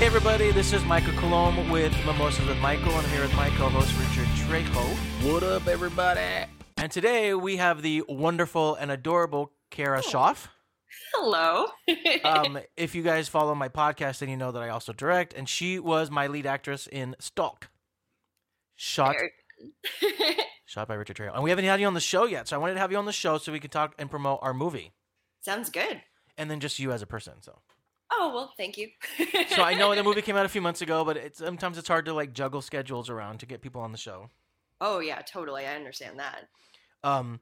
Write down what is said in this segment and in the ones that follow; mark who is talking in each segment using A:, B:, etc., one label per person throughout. A: everybody. This is Michael Colomb with Mimosas with Michael. I'm here with my co-host Richard Trejo.
B: What up, everybody?
A: And today we have the wonderful and adorable Kara Schaff.
C: Hello.
A: Um, if you guys follow my podcast, then you know that I also direct, and she was my lead actress in Stalk. Shot
C: Very-
A: shot by Richard Trejo. And we haven't had you on the show yet, so I wanted to have you on the show so we could talk and promote our movie.
C: Sounds good.
A: And then just you as a person. So
C: Oh well, thank you.
A: So I know the movie came out a few months ago, but it's, sometimes it's hard to like juggle schedules around to get people on the show.
C: Oh yeah, totally. I understand that.
A: Um,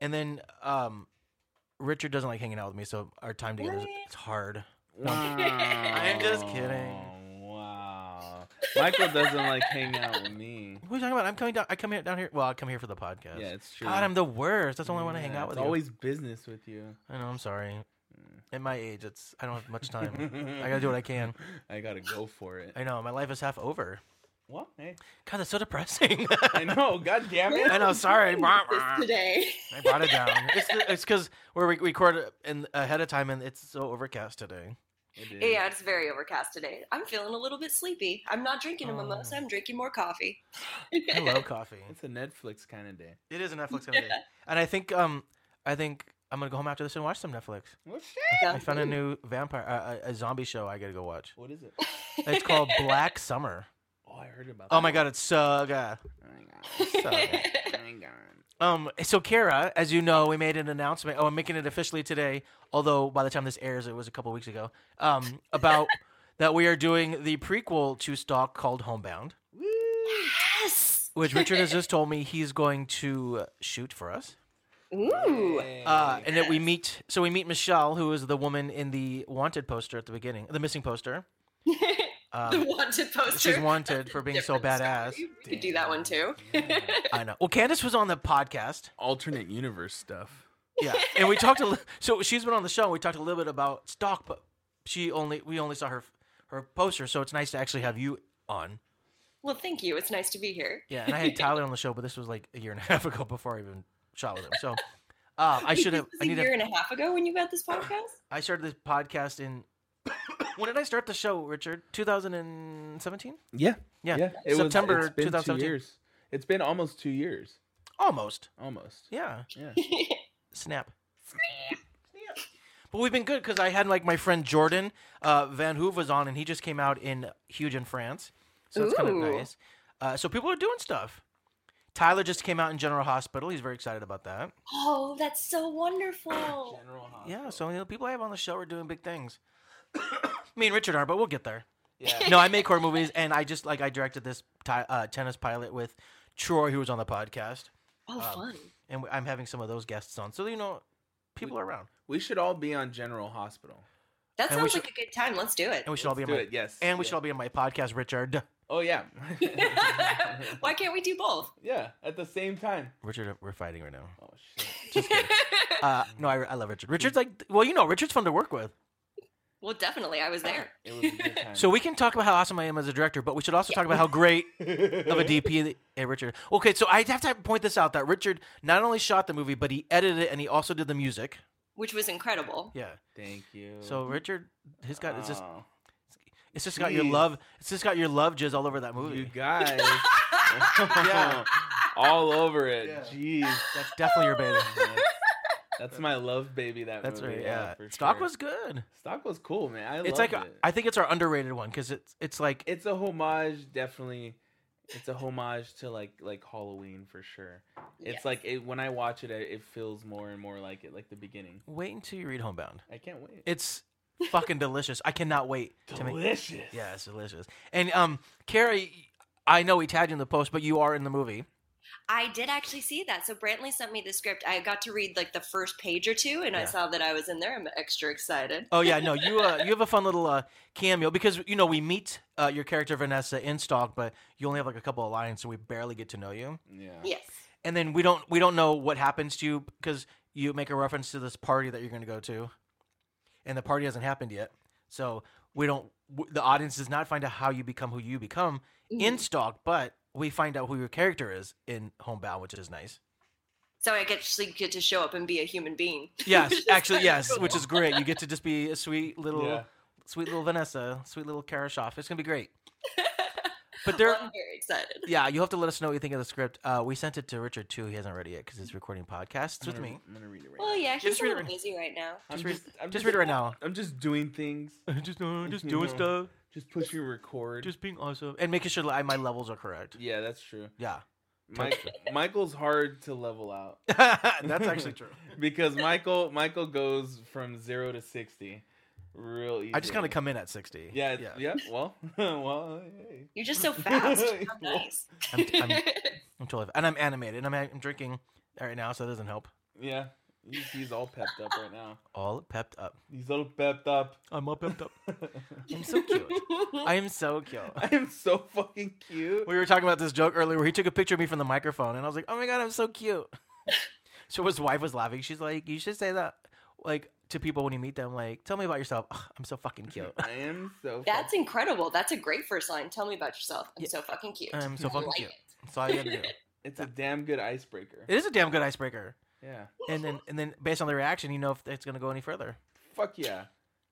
A: and then um, Richard doesn't like hanging out with me, so our time together is
C: Really?
A: it's hard.
B: I'm
A: just kidding.
B: Wow. Michael doesn't like hang out with me.
A: What are you talking about? I'm coming down. I come here down here. Well, I come here for the podcast.
B: Yeah, it's true.
A: God, I'm the worst. That's why I want to hang
B: Yeah,
A: out with
B: it's
A: you.
B: Always Mm. business with you.
A: I know. I'm sorry. At my age, it's I don't have much time. I gotta do what I can.
B: I gotta go for it.
A: I know. My life is half over.
B: What? Hey.
A: God, that's so depressing.
B: I know. God damn it.
A: I know. Sorry.
C: It's
A: I
C: today.
A: brought it down. It's because we're re- recorded in, ahead of time, and it's so overcast today.
B: It is.
C: Yeah, it's very overcast today. I'm feeling a little bit sleepy. I'm not drinking a
A: Oh.
C: mimosa. I'm drinking more coffee.
A: I love coffee.
B: It's a Netflix kind of day.
A: It is a Netflix movie, and I think um, I think I'm gonna go home after this and watch some Netflix.
B: What's
A: I found a new vampire, uh, a, a zombie show. I gotta go watch.
B: What is it?
A: It's called Black Summer.
B: Oh, I heard about.
A: Oh my god, it's so good.
B: that. Oh my god.
A: Sorry.
B: Oh my god.
A: Um, so Kara, as you know, we made an announcement. Oh, I'm making it officially today. Although by the time this airs, it was a couple weeks ago. Um, about that we are doing the prequel to Stalk called Homebound,
B: Woo.
C: yes.
A: which Richard has just told me he's going to shoot for us.
C: Ooh.
B: Yay.
A: Uh, and that we
C: Yes.
A: meet. So we meet Michelle, who is the woman in the wanted poster at the beginning, the missing poster.
C: the
A: Um,
C: wanted poster.
A: she's wanted for being so
C: Different
A: badass.
C: story. We could do that one too.
B: Yeah.
A: I know. Well, Candace was on the podcast.
B: Alternate universe stuff.
A: Yeah, and we talked a li- so she's been on the show. and We talked a little bit about stock, but she only we only saw her her poster. So it's nice to actually have you on.
C: Well, thank you. It's nice to be here.
A: Yeah, and I had Tyler on the show, but this was like a year and a half ago before I even shot with him. So uh, I should have.
C: This was
A: I
C: a
A: need.
C: year
A: To,
C: and a half ago when you got this podcast.
A: I started this podcast in. when did I start the show, Richard? 2017,
B: Yeah.
A: Yeah.
B: It was-
A: September
B: it's been two
A: 2017.
B: years. It's been almost two years.
A: almost.
B: Almost.
A: Yeah.
B: Yeah.
A: Snap. But we've been good because I had like my friend Jordan uh, Van Hoove was on, and he just came out in huge in France, so it's kind of
C: Ooh.
A: nice. Uh, so people are doing stuff. Tyler just came out in General Hospital. He's very excited about that.
C: oh, that's so wonderful.
B: General
A: Yeah, so you know, people I have on the show are doing big things. Me and Richard are, but we'll get there.
B: Yeah.
A: No, I make horror movies, and I just like I directed this ti- uh, tennis pilot with Troy, who was on the podcast,
C: Oh,
A: Um,
C: fun.
A: and I'm having some of those guests on. So you know, people are around,
B: We should all be on General Hospital.
C: That
A: and we
C: sounds
A: should-
C: like a good time. Let's do it.
A: and we should all be
B: Let's
A: on
B: do
A: my
B: it. Yes.
A: and we
B: yeah.
A: should all be on my podcast, Richard.
B: Oh yeah.
C: Why can't we do both?
B: Yeah. At the same time.
A: Richard, we're fighting right now.
B: Oh shit.
A: Uh, no, I, I love Richard. Richard's like, well, you know, Richard's fun to work with.
C: well, definitely, I was there.
B: It was a good time.
A: So we can talk about how awesome I am as a director, but we should also talk about how great of a DP that- eh, Richard. Okay, so I have to point this out that Richard not only shot the movie, but he edited it and he also did the music.
C: Which was incredible.
A: Yeah.
B: Thank you.
A: So Richard, he's got it's just
B: Oh,
A: it's just got your
B: Mm-hmm. Jeez.
A: love it's just got your love jizz all over that
B: you
A: movie.
B: guys.
A: Yeah.
B: All over it.
A: Yeah.
B: Jeez.
A: That's definitely your baby.
B: That's, that's my love baby. That
A: That's
B: movie.
A: right. Yeah.
B: for
A: Stock
B: sure.
A: was good.
B: Stock was cool, man. I
A: it's
B: loved
A: like
B: it.
A: I think it's our underrated one because it's it's like
B: it's a homage, definitely. It's a homage to like like Halloween for sure. It's
C: Yes.
B: like it, when I watch it, I- it feels more and more like it, like the beginning.
A: wait until you read Homebound.
B: I can't wait.
A: It's fucking delicious. I cannot wait to make
B: delicious.
A: Yeah, it's delicious. And um, Carrie, I know we tagged you in the post, but you are in the movie.
C: I did actually see that. So Brantley sent me the script. I got to read like the first page or two, and I
A: Yeah.
C: saw that I was in there. I'm extra excited.
A: Oh yeah, no, you uh, you have a fun little uh, cameo because you know we meet uh, your character Vanessa in stock, but you only have like a couple of lines, so we barely get to know you.
B: Yeah.
C: Yes.
A: And then we don't we don't know what happens to you because you make a reference to this party that you're going to go to, and the party hasn't happened yet, so we don't. W- the audience does not find out how you become who you become in
C: Mm-hmm.
A: stock, but we find out who your character is in Homebound, which is nice.
C: so I get to, get to show up and be a human being.
A: Yes,
C: Which is
A: actually,
C: kinda
A: yes,
C: cool.
A: which is great. You get to just be a sweet little
B: Yeah.
A: sweet little Vanessa, sweet little Karashoff. It's gonna be great. But there,
C: I'm very excited.
A: yeah, you'll have to let us know what you think of the script. Uh, we sent it to Richard too. He hasn't read it yet because he's recording podcasts with
B: gonna-
A: me.
B: I'm gonna read it right
C: Well,
B: now.
C: yeah,
A: Just
C: he's a
A: read it
C: little
A: right-
C: busy right now.
B: I'm
A: Just read-
B: I'm
A: Just read it right now.
B: I'm just doing things.
A: just, uh, just
B: You
A: doing stuff,
B: know. Just pushing record.
A: just being awesome, and making sure that my levels are correct.
B: yeah, that's true.
A: Yeah,
B: Mike, Michael's hard to level out
A: that's actually true.
B: because Michael Michael goes from zero to sixty, real easy.
A: I just kind of come in at sixty.
B: Yeah, it's- yeah. Well, well. hey.
C: You're just so fast. How
B: Well,
C: nice.
A: I'm, I'm, I'm totally, and I'm animated, and I'm, I'm drinking right now, so that doesn't help.
B: Yeah, he's, he's all pepped up right now.
A: All pepped up.
B: He's all pepped up.
A: I'm all pepped up. I'm so cute. I am so cute.
B: I am so fucking cute.
A: We were talking about this joke earlier where he took a picture of me from the microphone, and I was like, "Oh my god, I'm so cute." so his wife was laughing. She's like, "You should say that, like, to people when you meet them. Like, tell me about yourself. Ugh, I'm so fucking cute.
B: I am so.
C: That's incredible. That's a great first line. Tell me about yourself. I'm
A: Yeah.
C: so fucking cute.
A: I'm so
C: I
A: fucking
C: like
A: cute.
C: it.
A: That's all you gotta do.
B: It's a damn good icebreaker.
A: It is a damn good icebreaker.
B: Yeah.
A: And then, and then based on the reaction, you know if it's gonna go any further.
B: Fuck yeah.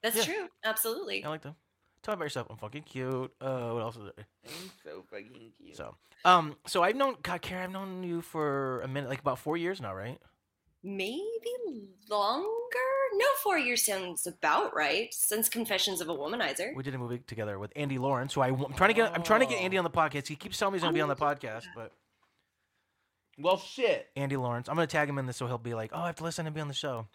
C: That's
A: Yeah.
C: true. Absolutely.
A: I like them. Tell me about yourself. I'm fucking cute. Uh, what else is there?
B: I'm so fucking cute.
A: So, um, so I've known God, Kara. I've known you for a minute, like about four years now, right?
C: Maybe longer? No, four years sounds about right. Since Confessions of a Womanizer.
A: We did a movie together with Andy Lawrence, who I, am trying to get. I'm trying to get
B: Oh.
A: Andy on the podcast. He keeps telling me he's gonna be on the
C: Oh.
A: podcast, but
B: well, shit.
A: Andy Lawrence, I'm gonna tag him in this, so he'll be like, "Oh, I have to listen and be on the show."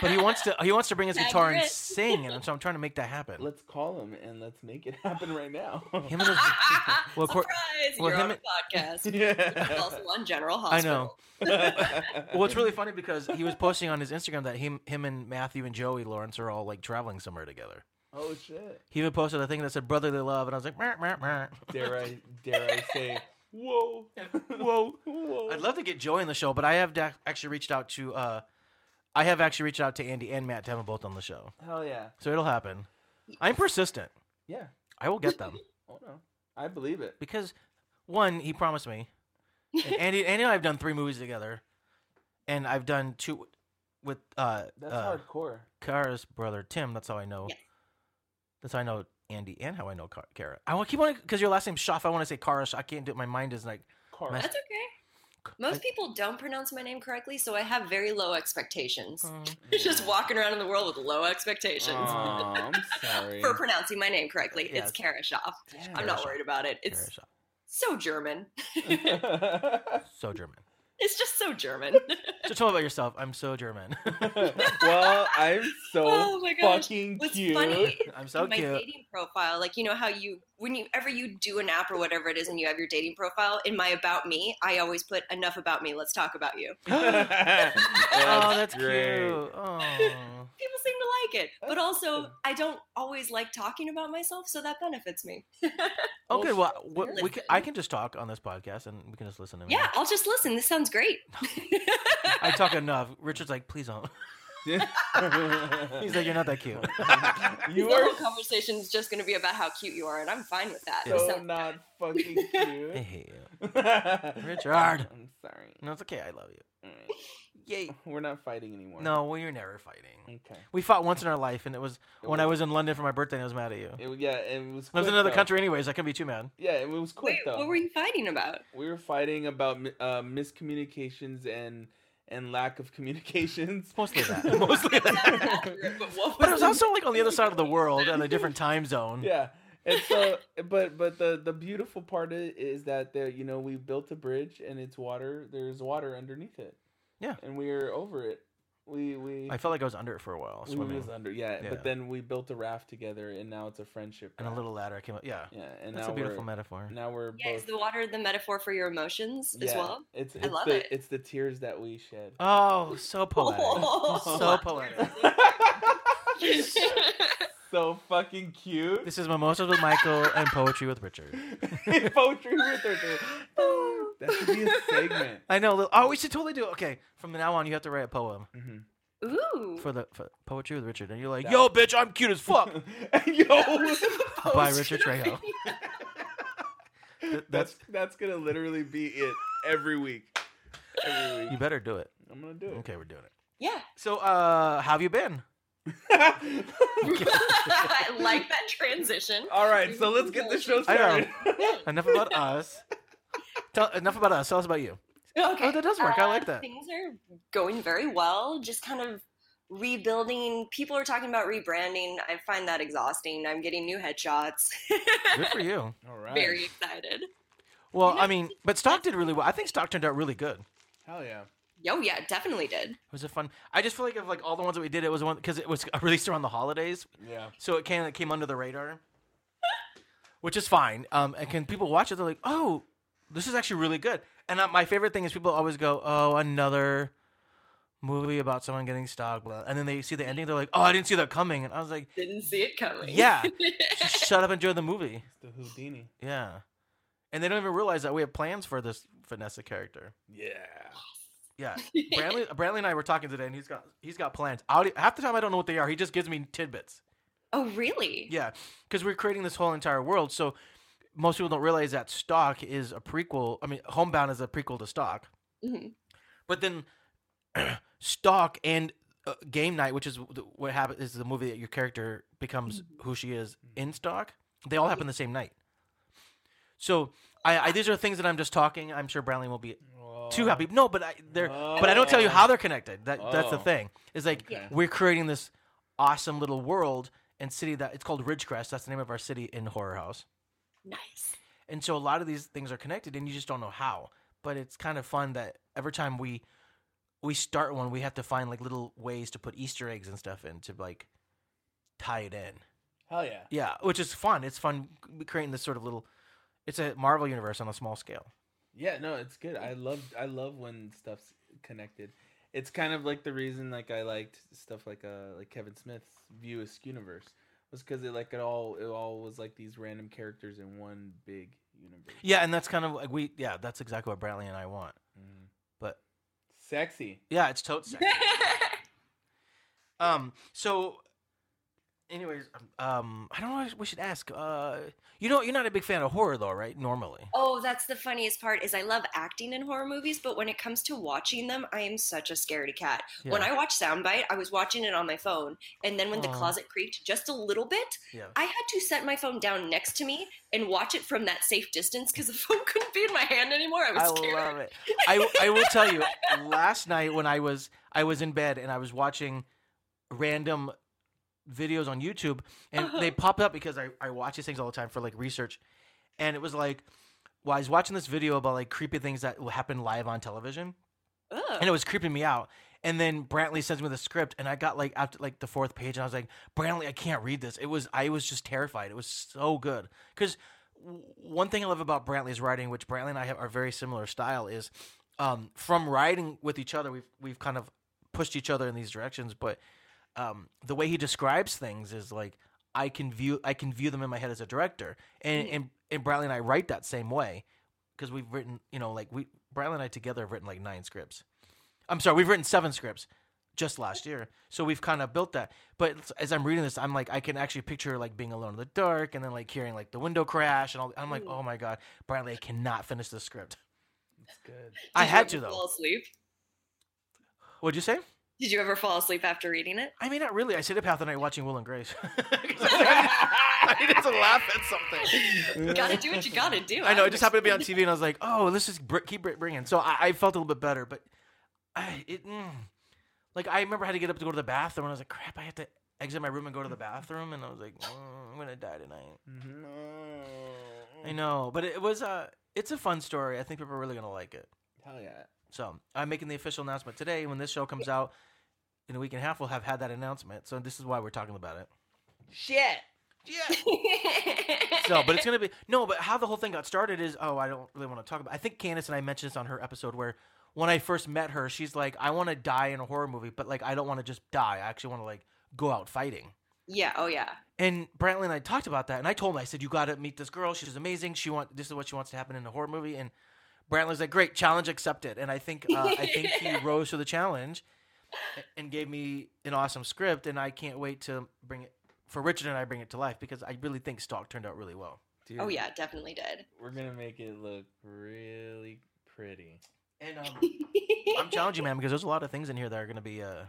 A: But he wants to. He wants to bring his
C: Tag
A: guitar
C: her
A: and
C: in.
A: sing, and so I'm trying to make that happen.
B: Let's call him and let's make it happen right now.
A: Him and his, Well, of course-
C: Surprise!
A: well,
C: You're
A: him
C: on a podcast. It's
B: yeah.
C: also on General
A: I
C: Hospital.
A: know. Well, it's really funny because he was posting on his Instagram that him, him and Matthew and Joey Lawrence are all like traveling somewhere together.
B: oh shit.
A: He even posted a thing that said "brotherly love," and I was like, "Meh, meh, meh."
B: Dare I? Dare I say? Whoa.
A: "Whoa."
B: Whoa.
A: I'd love to get Joey on the show, but I have dac- actually reached out to uh, I have actually reached out to Andy and Matt to have them both on the show,
B: Hell yeah.
A: so it'll happen. I'm persistent.
B: Yeah.
A: I will get them
B: Oh no. I believe it.
A: because one, he promised me. And Andy, Andy and I have done three movies together, and I've done two with uh,
B: That's
A: uh
B: hardcore.
A: Kara's brother Tim. That's how I know.
C: Yes.
A: That's how I know Andy and how I know Ka- Kara. I want keep on because your last name's Shoff. I want to say Kara. Sh- I can't do it. My mind is like
B: Car.
A: Mess-
C: That's okay. Most people don't pronounce my name correctly, so I have very low expectations.
A: uh,
C: Just walking around in the world with low expectations
A: Oh,
B: Aw, I'm sorry.
C: for pronouncing my name correctly.
A: Yeah.
C: It's Karashoff.
B: Damn.
C: I'm
A: Karashoff.
C: not worried about it. It's
A: Kara Shoff.
C: so German.
A: So German.
C: It's just so German.
A: So tell me about yourself. I'm so German.
B: well, I'm so
C: Oh my gosh.
B: fucking
C: What's
B: cute.
C: funny
A: I'm so
C: in my
A: cute.
C: dating profile, like you know how you when you ever you do an app or whatever it is and you have your dating profile, in my about me, I always put enough about me, let's talk about you.
A: oh,
B: oh,
A: that's cute. Oh.
C: People seem to like it. But
B: That's
C: also
B: awesome.
C: I don't always like talking about myself, so that benefits me.
A: Oh, good. Well, we,
C: Listen.
A: we can, I can just talk on this podcast, and we can just listen to me.
C: Yeah, I'll just listen. This sounds great.
A: I talk enough. Richard's like, please don't. He's like, you're not that cute.
B: you
C: the whole
B: are
C: conversation is just going to be about how cute you are, and I'm fine with that.
A: Yeah.
B: so
C: So-
B: not fucking
A: I
B: cute.
A: hate you. Richard.
B: I'm sorry.
A: No, it's okay. I love you.
B: Alright.
A: Yay.
B: We're not fighting anymore.
A: No, well, you're never fighting.
B: Okay.
A: We fought once in our life, and it was
B: It
A: when I was in London for my birthday, and I was mad at you.
B: It, was- yeah, it was.
A: I was
B: quick,
A: in another
B: though.
A: country, anyways. I couldn't be too mad.
B: Yeah, it was quick
C: Wait,
B: though.
C: what were you fighting about?
B: we were fighting about mi- uh, miscommunications and and lack of communications.
A: Mostly that. Mostly that.
C: Accurate, but what
A: But it was also like on the other side of the world, on a different time zone.
B: yeah. And so, but but the the beautiful part i- is that there, you know, we built a bridge and it's water. There's water underneath it.
A: Yeah.
B: And we are over it. We we.
A: I felt like I was under it for a while,
B: we
A: swimming,
B: was under, yeah,
A: Yeah.
B: But then we built a raft together, and now it's a friendship.
A: and a
B: raft.
A: little ladder came up. Yeah,
B: Yeah, and
A: that's
B: now
A: a beautiful
B: we're,
A: metaphor.
B: Now we're
C: Yeah, is
B: both.
C: the water the metaphor for your emotions as
B: yeah,
C: well?
B: It's,
C: I
B: it's
C: love
B: the,
C: it.
B: It's the tears that we shed.
A: Oh, so poetic.
C: Oh.
A: so poetic.
B: so fucking cute.
A: This is Mimosas with Michael and Poetry with Richard.
B: poetry with her. That should be a segment.
A: I know. li- Oh, we should totally do it. Okay, from now on, you have to write a poem
B: Mm-hmm.
C: Ooh.
A: for the for Poetry with Richard, and you're like,
B: Yeah.
A: "Yo, bitch, I'm cute as fuck."
B: Yo,
C: Oh,
A: By Richard Trejo.
B: that's that's gonna literally be it every week. Every
A: You
B: week,
A: better do it.
B: I'm gonna do it.
A: Okay, we're doing it.
C: yeah.
A: So, uh, how have you been?
C: I like that transition.
B: All right, so let's get this show
A: I know.
B: started.
A: Enough about us. Tell enough about us. Tell us about you.
C: Okay.
A: Oh, that does work. I like
C: Uh,
A: that.
C: Things are going very well. Just kind of rebuilding. People are talking about rebranding. I find that exhausting. I'm getting new headshots.
A: Good for you.
B: All right.
C: very excited.
A: Well,
C: You know,
A: I mean, but Stock did really well. I think Stock turned out really good. It
B: Hell yeah.
C: Oh yeah, definitely did.
A: was a fun. I just feel like of like all the ones that we did, it was one because it was released around the holidays,
B: Yeah.
A: so it came it came under the radar, which is fine. Um, and can people watch it? They're like, oh, this is actually really good. And uh, my favorite thing is people always go, oh, another movie about someone getting stock, blah. and then they see the ending, they're like, oh, I didn't see that coming, and I was like,
C: Didn't see it coming.
A: yeah, just shut up, and enjoy the movie,
B: It's the Houdini.
A: yeah. And they don't even realize that we have plans for this Vanessa character.
B: Yeah.
A: Yeah, Brantley, Brantley and I were talking today, and he's got he's got plans. I already- half the time I don't know what they are. He just gives me tidbits.
C: oh really?
A: Yeah, because we're creating this whole entire world, so most people don't realize that Stock is a prequel. I mean, Homebound is a prequel to Stock,
C: Mhm.
A: but then Stock and uh, Game Night, which is the- what happens, is the movie that your character becomes who she is in Stock. They all happen the same night. So I, I these are things that I'm just talking. I'm sure Brantley will be too happy. No, but I, they're but I don't tell you how they're connected. That that's the
B: Oh.
A: thing. Is like
B: Okay.
A: we're creating this awesome little world and city that it's called Ridgecrest. That's the name of our city in Horror House.
C: Nice.
A: And so a lot of these things are connected, and you just don't know how. But it's kind of fun that every time we we start one, we have to find like little ways to put Easter eggs and stuff in to like tie it in.
B: Hell yeah.
A: Yeah, which is fun. It's fun creating this sort of little. It's a Marvel universe on a small scale.
B: Yeah, no, it's good. I love I love when stuff's connected. It's kind of like the reason like I liked stuff like uh like Kevin Smith's View Askew universe was because it like it all it all was like these random characters in one big universe.
A: Yeah, and that's kind of like we. Yeah, that's exactly what Brantley and I want.
B: Mhm.
A: But
B: Sexy.
A: Yeah, it's totes. sexy. um. So, anyways, um, I don't know. What we should ask. Uh, you know, you're not a big fan of horror, though, right? Normally.
C: oh, that's the funniest part is I love acting in horror movies, but when it comes to watching them, I am such a scaredy cat. When I watched Soundbite, I was watching it on my phone, and then when the
A: Aw.
C: closet creaked just a little bit,
A: Yeah.
C: I had to set my phone down next to me and watch it from that safe distance because the phone couldn't be in my hand anymore. I was
A: I
C: scared.
A: love it. I, I will tell you. Last night when I was I was in bed and I was watching random videos on YouTube and
C: Uh-huh.
A: they popped up because I I watch these things all the time for like research, and it was like, well, I was watching this video about like creepy things that happen live on television.
C: Ugh.
A: and it was creeping me out. And then Brantley sends me the script, and I got like after like the fourth page, and I was like, Brantley, I can't read this. It was I was just terrified. It was so good because one thing I love about Brantley's writing, which Brantley and I have, are very similar style, is um, from writing with each other, we've we've kind of pushed each other in these directions. But um, the way he describes things is like I can view I can view them in my head as a director, and and, and Brantley and I write that same way because we've written you know like we Brantley and I together have written like nine scripts. I'm sorry, we've written seven scripts just last year, so we've kind of built that. But it's- as I'm reading this, I'm like, I can actually picture like being alone in the dark, and then like hearing like the window crash, and all. I'm like,
C: Ooh.
A: oh my god, Bradley, I cannot finish this script.
B: It's good.
C: Did
A: I
C: you
A: had
C: ever
A: to though.
C: Fall asleep?
A: What'd you say?
C: Did you ever fall asleep after reading it?
A: I mean, not really. I stayed up half the night watching Will and Grace. 'Cause I needed to laugh at something.
C: You gotta do what you gotta do.
A: I know it
C: don't
A: just happened to be on TV, and I was like, "Oh, let's just br- keep it bringing." So I, I felt a little bit better, but I it mm, like I remember I had to get up to go to the bathroom, and I was like, "Crap, I have to exit my room and go to the bathroom," and I was like, "Mm, "I'm gonna die tonight."
B: Mm-hmm. Mm.
A: I know, but it was uh it's a fun story. I think people are really gonna like it.
B: Hell yeah.
A: So I'm making the official announcement today. When this show comes out in a week and a half, we'll have had that announcement. So this is why we're talking about it.
B: Shit.
C: TV.
A: so, but it's gonna be no. But how the whole thing got started is oh, I don't really want to talk about. I think Candace and I mentioned this on her episode where when I first met her, she's like, I want to die in a horror movie, but like I don't want to just die. I actually want to like go out fighting.
C: yeah. Oh yeah.
A: And Brantley and I talked about that, and I told him I said you got to meet this girl. She's amazing. She want this is what she wants to happen in a horror movie. And Brantley's like, great challenge accepted. And I think uh, I think he rose to the challenge a- and gave me an awesome script. And I can't wait to bring it for Richard and I bring it to life because I really think Stalk turned out really well.
B: Dude,
C: Oh yeah. Definitely did.
B: We're gonna make it look really pretty.
A: And um, I'm challenging, man, because there's a lot of things in here that are going to be uh,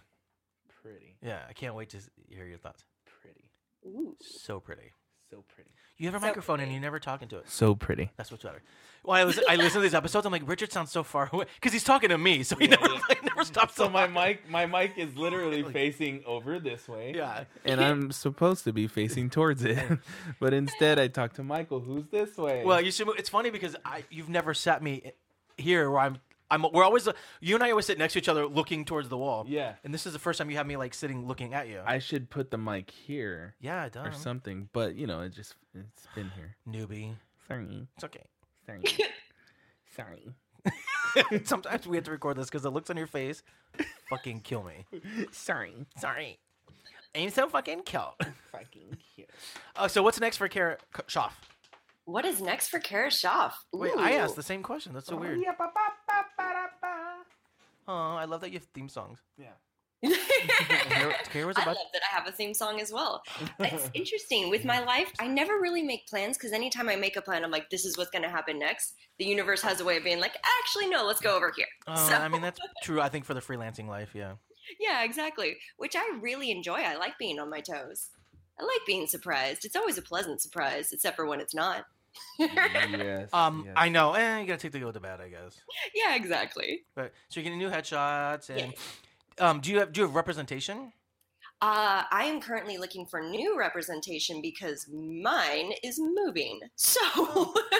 B: pretty,
A: Yeah, I can't wait to s- hear your thoughts.
B: pretty,
C: Ooh.
A: So pretty.
B: so pretty,
A: You have a
C: So
A: microphone and
C: pretty.
A: you never talk into it.
B: so pretty.
A: That's what's better. Well, I listen, I listen to these episodes. I'm like, Richard sounds so far away because he's talking to me, so he
B: Yeah,
A: never,
B: yeah.
A: like, never stops.
B: So my
A: talking.
B: mic, my mic is literally
A: Like-
B: facing over this way.
A: Yeah,
B: and I'm supposed to be facing towards it, but instead I talk to Michael, who's this way.
A: Well, you should. It's funny because I you've never sat me here where I'm. I'm. We're always you and I always sit next to each other, looking towards the wall.
B: yeah,
A: And this is the first time you have me like sitting looking at you.
B: I should put the mic here
A: yeah, dumb.
B: or something, but you know, it just it's been here.
A: Newbie.
B: Sorry,
A: It's okay.
B: sorry, sorry.
A: Sometimes we have to record this because the looks on your face fucking kill me.
B: Sorry,
A: Sorry. Ain't so fucking cute.
B: fucking cute.
A: Uh, so what's next for Kara K- Schaff?
C: What is next for Kara Schaff?
A: Wait, I
C: Ooh.
A: asked the same question. That's so weird. Oh, I love that you have theme songs. Kara Kara's
C: I
A: about.
C: love that I have a theme song as well. It's interesting. With my life, I never really make plans because anytime I make a plan, I'm like, this is what's going to happen next. The universe has a way of being like, actually, no, let's go over here.
A: Uh,
C: So-
A: I mean, that's true. I think for the freelancing life, yeah.
C: Yeah, exactly. Which I really enjoy. I like being on my toes. I like being surprised. It's always a pleasant surprise, except for when it's not. yeah,
B: yes.
A: Um,
B: yes.
A: I know. Eh, you gotta take the good with the bad, I guess.
C: exactly.
A: But so you're getting new headshots, and um, do you have do you have representation?
C: Uh, I am currently looking for new representation because mine is moving. So,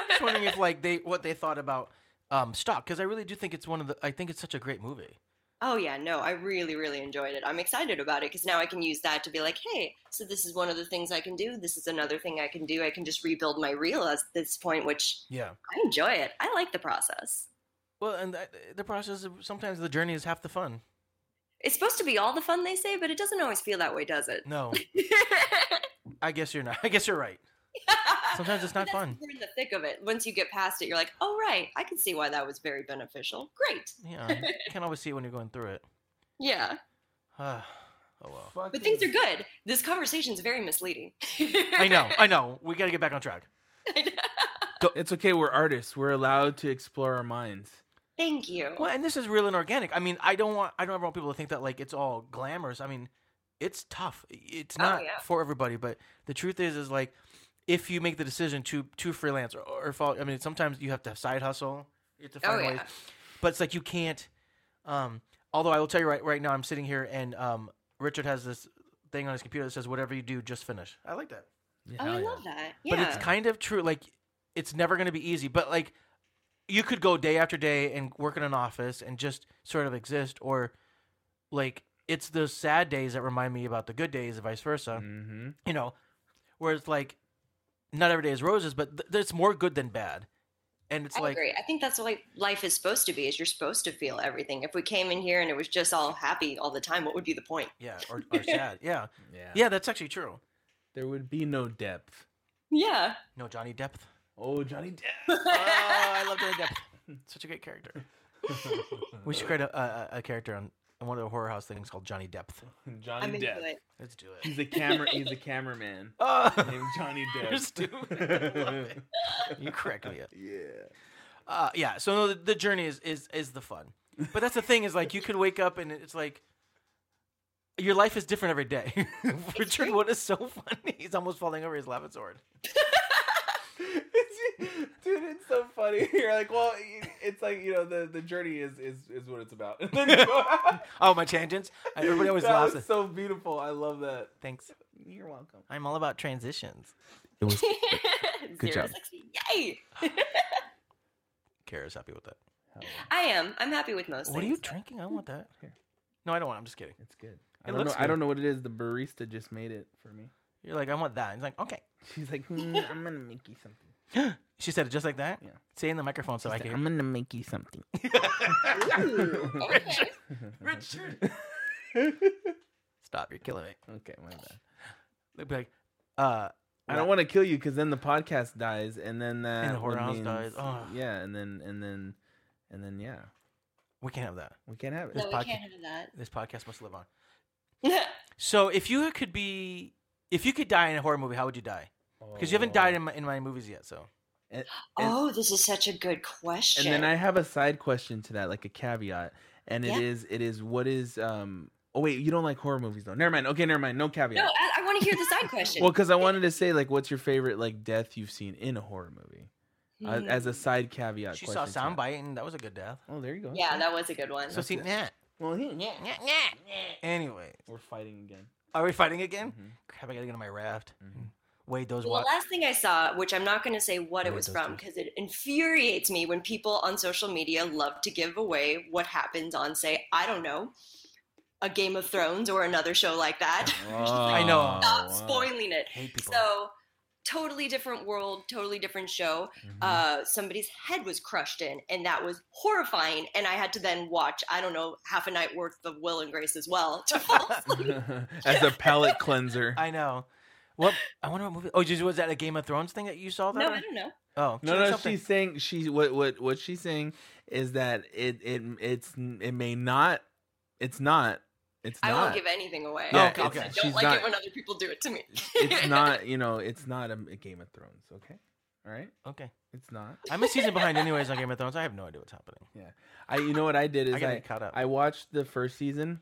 A: Just wondering if like they what they thought about um stock because I really do think it's one of the I think it's such a great movie.
C: oh yeah, no, I really, really enjoyed it. I'm excited about it because now I can use that to be like, hey, so this is one of the things I can do. This is another thing I can do. I can just rebuild my reel at this point, which
A: Yeah.
C: I enjoy it. I like the process.
A: Well, and that, the process of, sometimes the journey is half the fun.
C: It's supposed to be all the fun they say, but it doesn't always feel that way, does it?
A: No, I guess you're not. I guess you're right. Mm. Sometimes it's
C: But
A: not
C: that's-
A: fun.
C: You're in the thick of it. Once you get past it, you're like, oh, right, I can see why that was very beneficial. Great.
A: Yeah, you can't always see it when you're going through it.
C: Yeah.
A: Ah, oh well.
C: But things are good. This conversation's very misleading.
A: I know. I know. We got to get back on track.
B: It's okay. We're artists. We're allowed to explore our minds.
C: Thank you.
A: Well, and this is real and organic. I mean, I don't want I don't ever want people to think that like it's all glamorous. I mean, it's tough. It's
C: Oh,
A: not
C: yeah.
A: for everybody, but the truth is is like if you make the decision to to freelance or, or follow, I mean, sometimes you have to have side hustle. You have to
C: Oh,
A: find ways,
C: yeah.
A: but it's like you can't. Um, although I will tell you right right now, I'm sitting here and um, Richard has this thing on his computer that says "Whatever you do, just finish." I like that,
C: Oh, I love that. Yeah.
A: but it's kind of true. Like, it's never going to be easy, but like you could go day after day and work in an office and just sort of exist or like it's those sad days that remind me about the good days and vice versa
B: Mm-hmm.
A: you know where it's like not every day is roses but th- there's more good than bad and it's
C: I
A: like
C: agree. I think that's what life is supposed to be. Is you're supposed to feel everything. If we came in here and it was just all happy all the time, what would be the point?
A: yeah or, or sad yeah
B: Yeah.
A: yeah that's actually true
B: There would be no depth.
C: Yeah.
A: no johnny depth
B: Oh, Johnny
A: oh i love johnny depth such a great character
B: Depp.
A: we should create a, a, a character on, on one of the horror house things called johnny depth
B: Johnny
C: I'm into
B: Depp.
C: it.
A: let's do it
B: He's a camera. He's a cameraman named
A: oh,
B: Johnny Depp.
A: You're stupid. I love it. you correct me
B: yeah.
A: Uh, yeah. So no, the, the journey is, is is the fun, but that's the thing is like you could wake up and it's like your life is different every day. Richard
C: true.
A: Wood is so funny. He's almost falling over his laughing sword.
B: Dude, it's so funny. You're like, well, it's like you know, the, the journey is is is what it's about. And then you go-
A: Oh, my tangents. Everybody always
B: that
A: laughs.
B: was
A: at
B: so beautiful. I love that.
A: Thanks.
B: You're welcome.
A: I'm all about transitions.
C: Good
B: job.
C: Yay.
A: Kara's happy with that.
C: I am. I'm happy with most
A: What are
C: things.
A: you drinking? I want that.
B: Here.
A: No, I don't want. I'm just kidding.
B: It's good.
A: It
B: I don't know.
A: looks
B: I
A: good.
B: don't know what it is. The barista just made it for me.
A: You're like, I want that. He's like, okay.
B: She's like, "Mm, I'm gonna make you something.
A: She said it just like that.
B: Yeah.
A: Say it in the microphone so I
B: She's like,
A: can.
B: I'm gonna make you something.
C: Ooh, okay.
A: Richard, stop! You're killing me.
B: okay, my bad.
A: They'd be like, uh,
B: I don't want to kill you because then the podcast dies, and then that
A: the horror
B: would
A: house
B: mean-
A: dies. Ugh.
B: Yeah, and then and then and then yeah,
A: we can't have that.
B: we can't have it.
A: This
C: no, we
A: podcast-
C: can't have
A: This podcast must live on.
C: that.
A: So if you could be, if you could die in a horror movie, how would you die? Because you haven't
B: Oh.
A: died in my, in my movies yet. So
B: And-
C: oh, this is such a good
B: And
C: question.
B: then I have a side question to that, like a caveat, and
C: Yeah.
B: it is it is what is um Oh wait, you don't like horror movies though. Never mind. Okay, never mind. No caveat.
C: No, I, I want to hear the side question.
B: well, because I wanted to say like, what's your favorite like death you've seen in a horror movie? Uh,
C: Hmm.
B: as a side caveat.
A: Mm. She saw
B: question to that.
A: soundbite and that was a good death.
B: Oh, there you go.
C: yeah, that was a good one.
A: So see,
B: good.
A: nah,
B: Well, yeah,
A: nah,
B: yeah.
A: nah, nah. Anyway,
B: We're fighting again.
A: are we fighting again?
B: Mhm.
A: Crap, I gotta get on my raft.
B: Mhm.
A: Wait, those
C: Well,
A: wa-
C: the last thing I saw, which I'm not going to say what it
A: Wait,
C: was
A: those
C: from
A: two.
C: because it infuriates me when people on social media love to give away what happens on, say, I don't know, a Game of Thrones or another show like that.
A: I know.
B: Oh,
C: Stop
B: wow.
C: spoiling it.
A: hate people.
C: So, totally different world, totally different show.
B: Mhm.
C: Uh, somebody's head was crushed in, and that was horrifying. And I had to then watch, I don't know, half a night worth of Will and Grace as well to fall asleep.
B: Mm-hmm. As a palate cleanser.
A: I know. What I wonder what movie? Oh, just was that a Game of Thrones thing that you saw? That
C: no,
A: on?
C: I don't know.
A: oh,
B: No,
A: she
B: no,
A: did something.
B: she's saying she what what what she's saying is that it it it's it may not it's not it's
C: I
B: not
C: won't give anything away.
B: Yeah,
A: Okay,
C: because
A: okay.
C: I don't
B: She's
C: like
B: not-
C: it when other people do it to me.
B: it's not you know it's not a, a Game of Thrones okay all right
A: Okay,
B: it's not
A: I'm a season behind anyways on Game of Thrones. I have no idea what's happening.
B: I you know what I did is
A: I gotta
B: I
A: get caught up.
B: I watched the first season,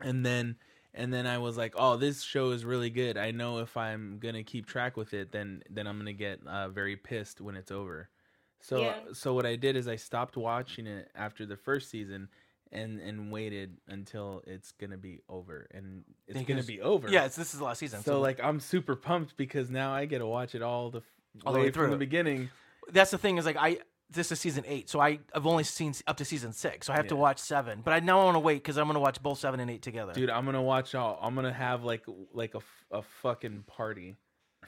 B: and then and then I was like, "Oh, this show is really good. I know if I'm gonna keep track with it, then then I'm gonna get uh, very pissed when it's over." So uh,
C: Yeah.
B: so what I did is I stopped watching it after the first season, and and waited until it's gonna be over, and it's gonna
A: Because-
B: be over.
A: yeah, it's, this is the last season.
B: So like I'm super pumped because now I get to watch it all the f-
A: All the
B: way,
A: way
B: from the
A: through.
B: beginning.
A: that's the thing is like I this is season eight, so I I've only seen s- up to season six, so I have to
B: Yeah.
A: watch seven. But I now want to wait because I'm gonna watch both seven and eight together.
B: Dude, I'm gonna watch all. I'm gonna have like like a, f- a fucking party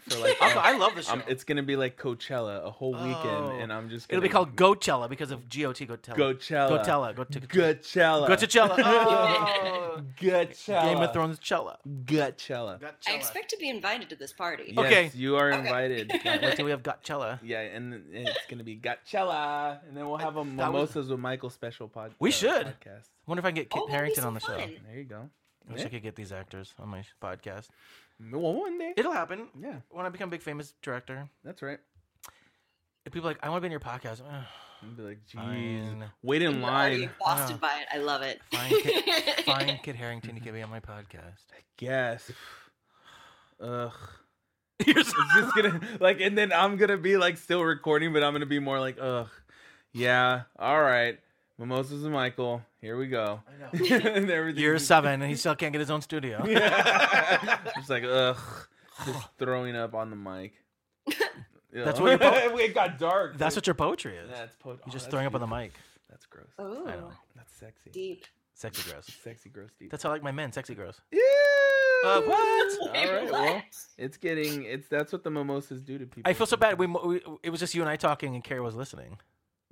B: for like
A: Also, I love this show.
B: Um, it's gonna be like Coachella a whole weekend,
A: Oh.
B: and I'm just. Gonna
A: It'll be called Gochella because of GOT Gotella.
B: Coachella.
A: Gotella. Go-
B: Coachella.
A: Gochella. Oh.
B: Coachella.
A: Game of Thrones Cella.
B: Coachella.
C: I expect to be invited to this party.
B: Yes,
A: Okay.
B: you are
C: Okay.
B: invited.
A: Can't wait till we have Gotchella.
B: yeah, and then it's gonna be Coachella, and then we'll have a
A: That was-
B: mimosas with Michael special pod-
A: We
B: uh,
A: should.
B: podcast.
A: wonder if I can get Kit
C: Oh, that'd be
A: Harrington
C: so
A: on the show.
C: fun.
B: There you go.
A: I wish I could get these actors on my podcast.
B: Well, one day.
A: It'll happen
B: Yeah,
A: when I become a big famous director.
B: that's right.
A: If people are like, I want to be in your podcast. Ugh,
B: I'd be like, jeez,
A: fine,
B: wait in
C: We're already
B: line.
C: Exhausted by it. I love it.
A: Oh. Fine, ki- fine, Kit Harrington, you can be on my podcast.
B: Yes. Ugh.
A: You're so-
B: It's just gonna like, and then I'm gonna be like still recording, but I'm gonna be more like, ugh, yeah, all right, mimosas and Michael, here we go.
A: I know.
B: and everything.
A: Year seven, and he still can't get his own studio.
B: Yeah. just like, ugh, just throwing up on the mic.
A: That's what your
B: it got dark.
A: That's what your poetry is.
B: That's po- oh,
A: You're just
B: that's
A: throwing up on the
B: beautiful.
A: mic.
B: That's gross.
C: Oh,
A: I know.
B: That's sexy.
C: deep.
A: Sexy gross.
B: Sexy, gross, deep.
A: That's how I like my men, sexy gross.
B: Ew!
A: Uh, what?
B: All
C: Wait,
B: right,
C: what?
B: well, it's getting it's that's what the mimosas do to people.
A: I feel so bad. We, mo- we it was just you and I talking, and Carrie was listening.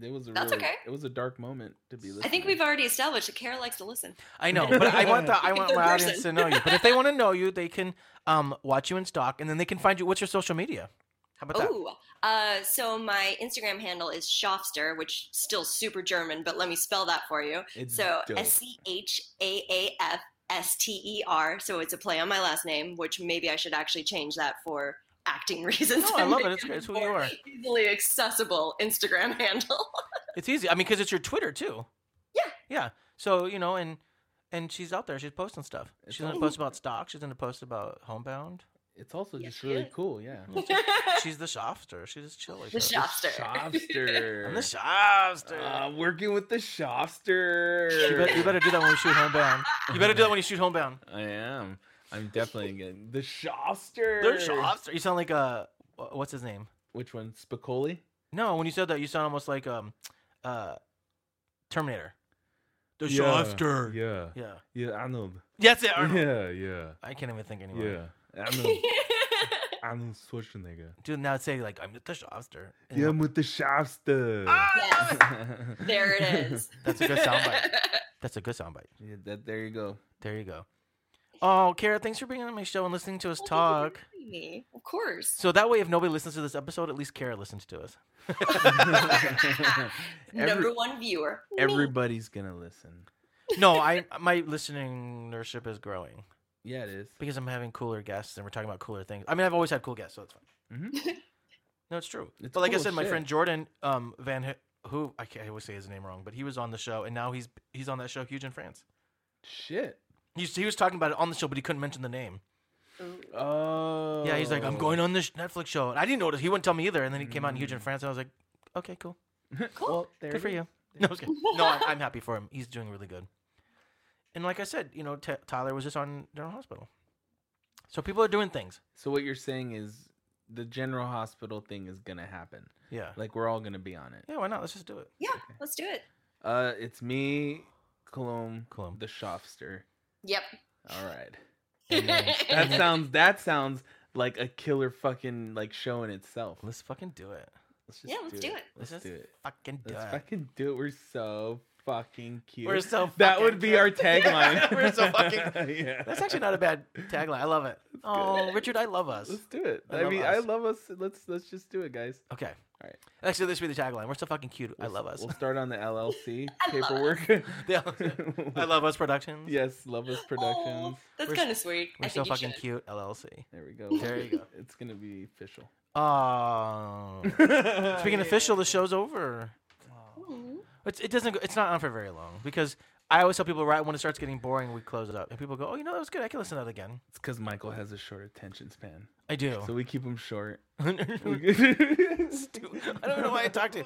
B: It was a
C: That's
B: really,
C: okay.
B: It was a dark moment to be listening.
C: I think we've already established that Kara likes to listen.
A: I know, but I want the I want
C: Third
A: my audience
C: person.
A: to know you. But if they want to know you, they can um, watch you in stock, and then they can find you. What's your social media? How about that?
C: Ooh. Uh, so my Instagram handle is Schafster, which still super German, but let me spell that for you.
B: It's
C: So
B: dope.
C: S C H A A F S T E R. So it's a play on my last name, which maybe I should actually change that for acting reasons.
A: No, I
C: and
A: love
C: make
A: it. It's great. It's who
C: more
A: you are.
C: Easily accessible Instagram handle.
A: It's easy. I mean, because it's your Twitter too.
C: Yeah.
A: Yeah. So you know, and and she's out there. She's posting stuff.
B: It's
A: she's gonna
B: all-
A: post about stock. She's gonna post about homebound.
B: It's also
C: Yes,
B: just
C: it
B: really
C: is.
B: cool, yeah.
A: She's the shopster. She's just chill like
C: The
A: that.
C: shop- Shopster.
B: Shopster.
A: I'm the shopster.
B: Ah, working with the
A: you,
B: shopster.
A: bet- you better do that when you shoot homebound. You better do that when you shoot homebound.
B: I am. I'm definitely getting the shopster.
A: They're shopster. You sound like a wh- what's his name?
B: Which one? Spicoli?
A: No, when you said that, you sound almost like um, uh, Terminator. The
B: Yeah.
A: Yeah.
B: Yeah, Arnold.
A: That's it. Arnold.
B: Yeah, yeah.
A: I can't even think anymore.
B: Arnold. Arnold Schwarzenegger.
A: Dude, now say like I'm the shopster. And
B: Yeah, I'm with the shopster.
A: Ah!
C: Yes. There it is.
A: That's a good soundbite. That's a good soundbite.
B: Yeah, that, there you go.
A: There you go. Oh, Kara, thanks for being on my show and listening to us
C: Well, thank you
A: talk.
C: for having me. Of course.
A: So that way, if nobody listens to this episode, at least Kara listens to us.
B: Every-
C: Number one viewer. me.
B: everybody's gonna listen.
A: No, I my listenership is growing
B: Yeah, it is.
A: because I'm having cooler guests and we're talking about cooler things. I mean, I've always had cool guests, so it's fine. No, it's true.
B: It's
A: but like I
B: Mm-hmm. cool
A: said, my
B: shit.
A: friend Jordan um, Van, H- who I, can't, I always say his name wrong, but he was on the show, and now he's he's on that show, Huge in France.
B: Shit.
A: He, he was talking about it on the show, but he couldn't mention the name.
B: Oh.
A: Yeah, he's like, I'm going on this Netflix show. And I didn't notice. He wouldn't tell me either. And then he came out in huge in France, and I was like, okay, cool.
C: Cool.
B: Well, Mm. there
A: Good
B: it
A: for
B: is.
A: you. No, it's good. no I'm, I'm happy for him. He's doing really good. And like I said, you know, T- Tyler was just on General Hospital. So people are doing things.
B: So what you're saying is the general hospital thing is gonna happen.
A: Yeah.
B: Like we're all gonna be on it.
A: Yeah, why not? Let's just do it.
C: Yeah,
B: Okay.
C: let's do it.
B: Uh, it's me, Colomb,
A: Colomb.
B: the Shopster.
C: Yep.
B: All right.
A: And then-
B: That sounds. That sounds like a killer fucking like show in itself.
A: Let's fucking do it.
B: Let's
C: Yeah, let's do it.
B: Let's
A: Let's
B: do it.
A: Fucking do
B: Let's
A: it.
B: fucking do it. We're so fucking cute.
A: We're so
B: that
A: fucking
B: would be our tagline.
A: We're so fucking-
B: yeah.
A: That's actually not a bad tagline. I love it. Oh, Richard, I love us.
B: Let's do it.
A: I
B: I,
A: love
B: mean, I
A: us.
B: love us. Let's let's just do it, guys.
A: Okay. All
B: right.
A: Actually, this would be the tagline. We're so fucking cute. I
B: We'll-
A: love us.
B: We'll start on the LLC
C: I love
B: paperwork.
A: Yeah. I love us productions.
B: Yes, Love Us Productions.
C: Oh, that's
A: We're
C: kind of sweet.
A: We're
C: I
A: so
C: think you
A: fucking
C: should.
A: cute. LLC.
B: There we go.
A: There you go.
B: It's gonna be official.
A: Oh. Speaking of official, the show's over.
C: Ooh.
A: It's, it doesn't. go- It's not on for very long because I always tell people right when it starts getting boring, we close it up, and people go, "Oh, you know that was good. I can listen to that again."
B: it's because Michael has a short attention span,
A: I do.
B: so we keep him short.
A: I don't know why I talked to you.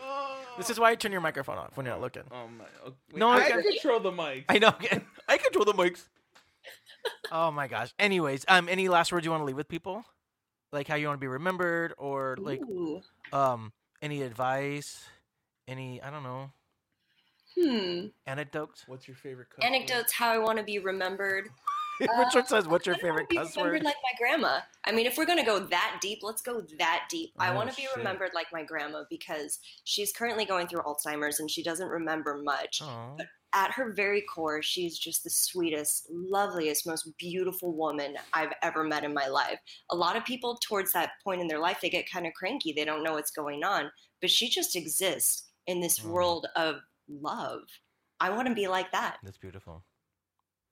A: This is why I turn your microphone off when you're not looking.
B: Oh my! oh, wait,
A: No,
B: I,
A: I
B: can
C: got-
B: control the mic.
A: I know. I control the mics. oh my gosh. Anyways, um, any last words you want to leave with people, like how you want to be remembered, or like
C: Ooh.
A: um, any advice, any I don't know
C: Hmm.
A: anecdotes.
B: What's your favorite cup?
C: Anecdotes how I want to be remembered.
A: Richard says, "What's your
C: Um, I don't wanna
A: favorite
C: be
A: cuss
C: remembered
A: word?"
C: like my grandma. I mean, if we're gonna go that deep, let's go that deep. I
B: Oh,
C: want to be
B: shit.
C: remembered like my grandma because she's currently going through Alzheimer's and she doesn't remember much.
A: Aw.
C: At her very core, she's just the sweetest, loveliest, most beautiful woman I've ever met in my life. A lot of people towards that point in their life, they get kind of cranky. They don't know what's going on, but she just exists in this
A: Oh.
C: world of love. I want to be like that.
A: That's beautiful.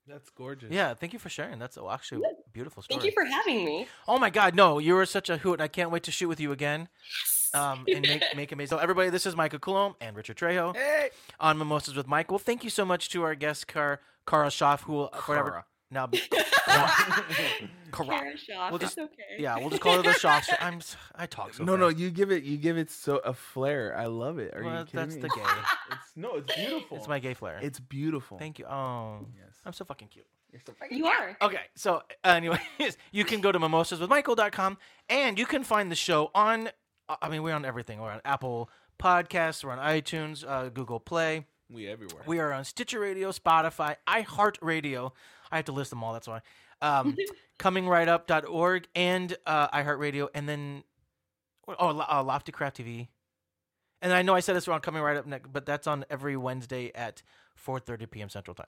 B: That's gorgeous.
A: Yeah, thank you for sharing. That's a- actually
C: Yeah.
A: a beautiful story.
C: Thank you for having me.
A: oh my God, no, you were such a hoot. and I can't wait to shoot with you again
C: Yes.
A: um, and make, make amazing. So everybody, this is Michael Coulomb and Richard Trejo on Mimosas with Michael. Thank you so much to our guest, Car Cara Schaff, who uh, will forever now be Cara.
C: Kara Shaw,
A: We'll
C: it's
A: just-
C: okay.
A: Yeah, we'll just call her the Schaff. I'm s- I talk so
B: no, no,
A: fast.
B: you give it, you give it so a flair. I love it. Are
A: Well,
B: you kidding
A: that's
B: me?
A: the gay.
B: It's no, it's beautiful.
A: It's my gay flair.
B: It's beautiful.
A: Thank you. Oh,
B: Yes.
A: I'm so fucking cute.
B: You're so
C: You are.
A: Okay, so uh, anyways, you can go to mimosaswithmichael.com and you can find the show on uh, I mean, we're on everything. We're on Apple Podcasts, we're on iTunes, uh, Google Play.
B: We everywhere.
A: We are on Stitcher Radio, Spotify, iHeartRadio. I have to list them all, that's why. Um comingritup.org and uh iHeartRadio and then oh, Lo- uh, Lofty Craft TV. And I know I said this wrong coming right up next, but that's on every Wednesday at 4:30 p.m. Central Time.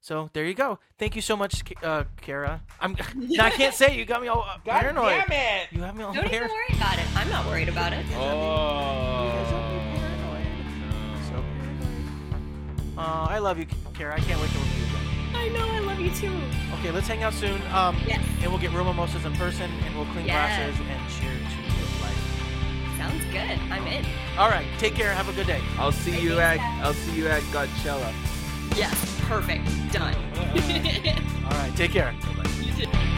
A: So there you go. Thank you so much, K- uh, Kara. I'm. now I can't say it. you got me all uh, paranoid.
B: it!
A: You have me all
C: Don't even
A: paranoid.
C: worry about it. I'm not worried about it.
B: Oh.
A: So paranoid. Uh, I love you, Kara. I can't wait to review you.
C: I know. I love you too.
A: again. Okay, let's hang out soon. Um,
C: Yes.
A: and we'll get room mimosas in person, and we'll clean
C: Yes.
A: glasses and cheer to your life.
C: Sounds good. I'm in.
A: All right, take care. Have a good day.
B: Oh. I'll see you at I'll see you at Coachella.
C: Yes. Perfect. Done.
A: All right, take care.
C: you did.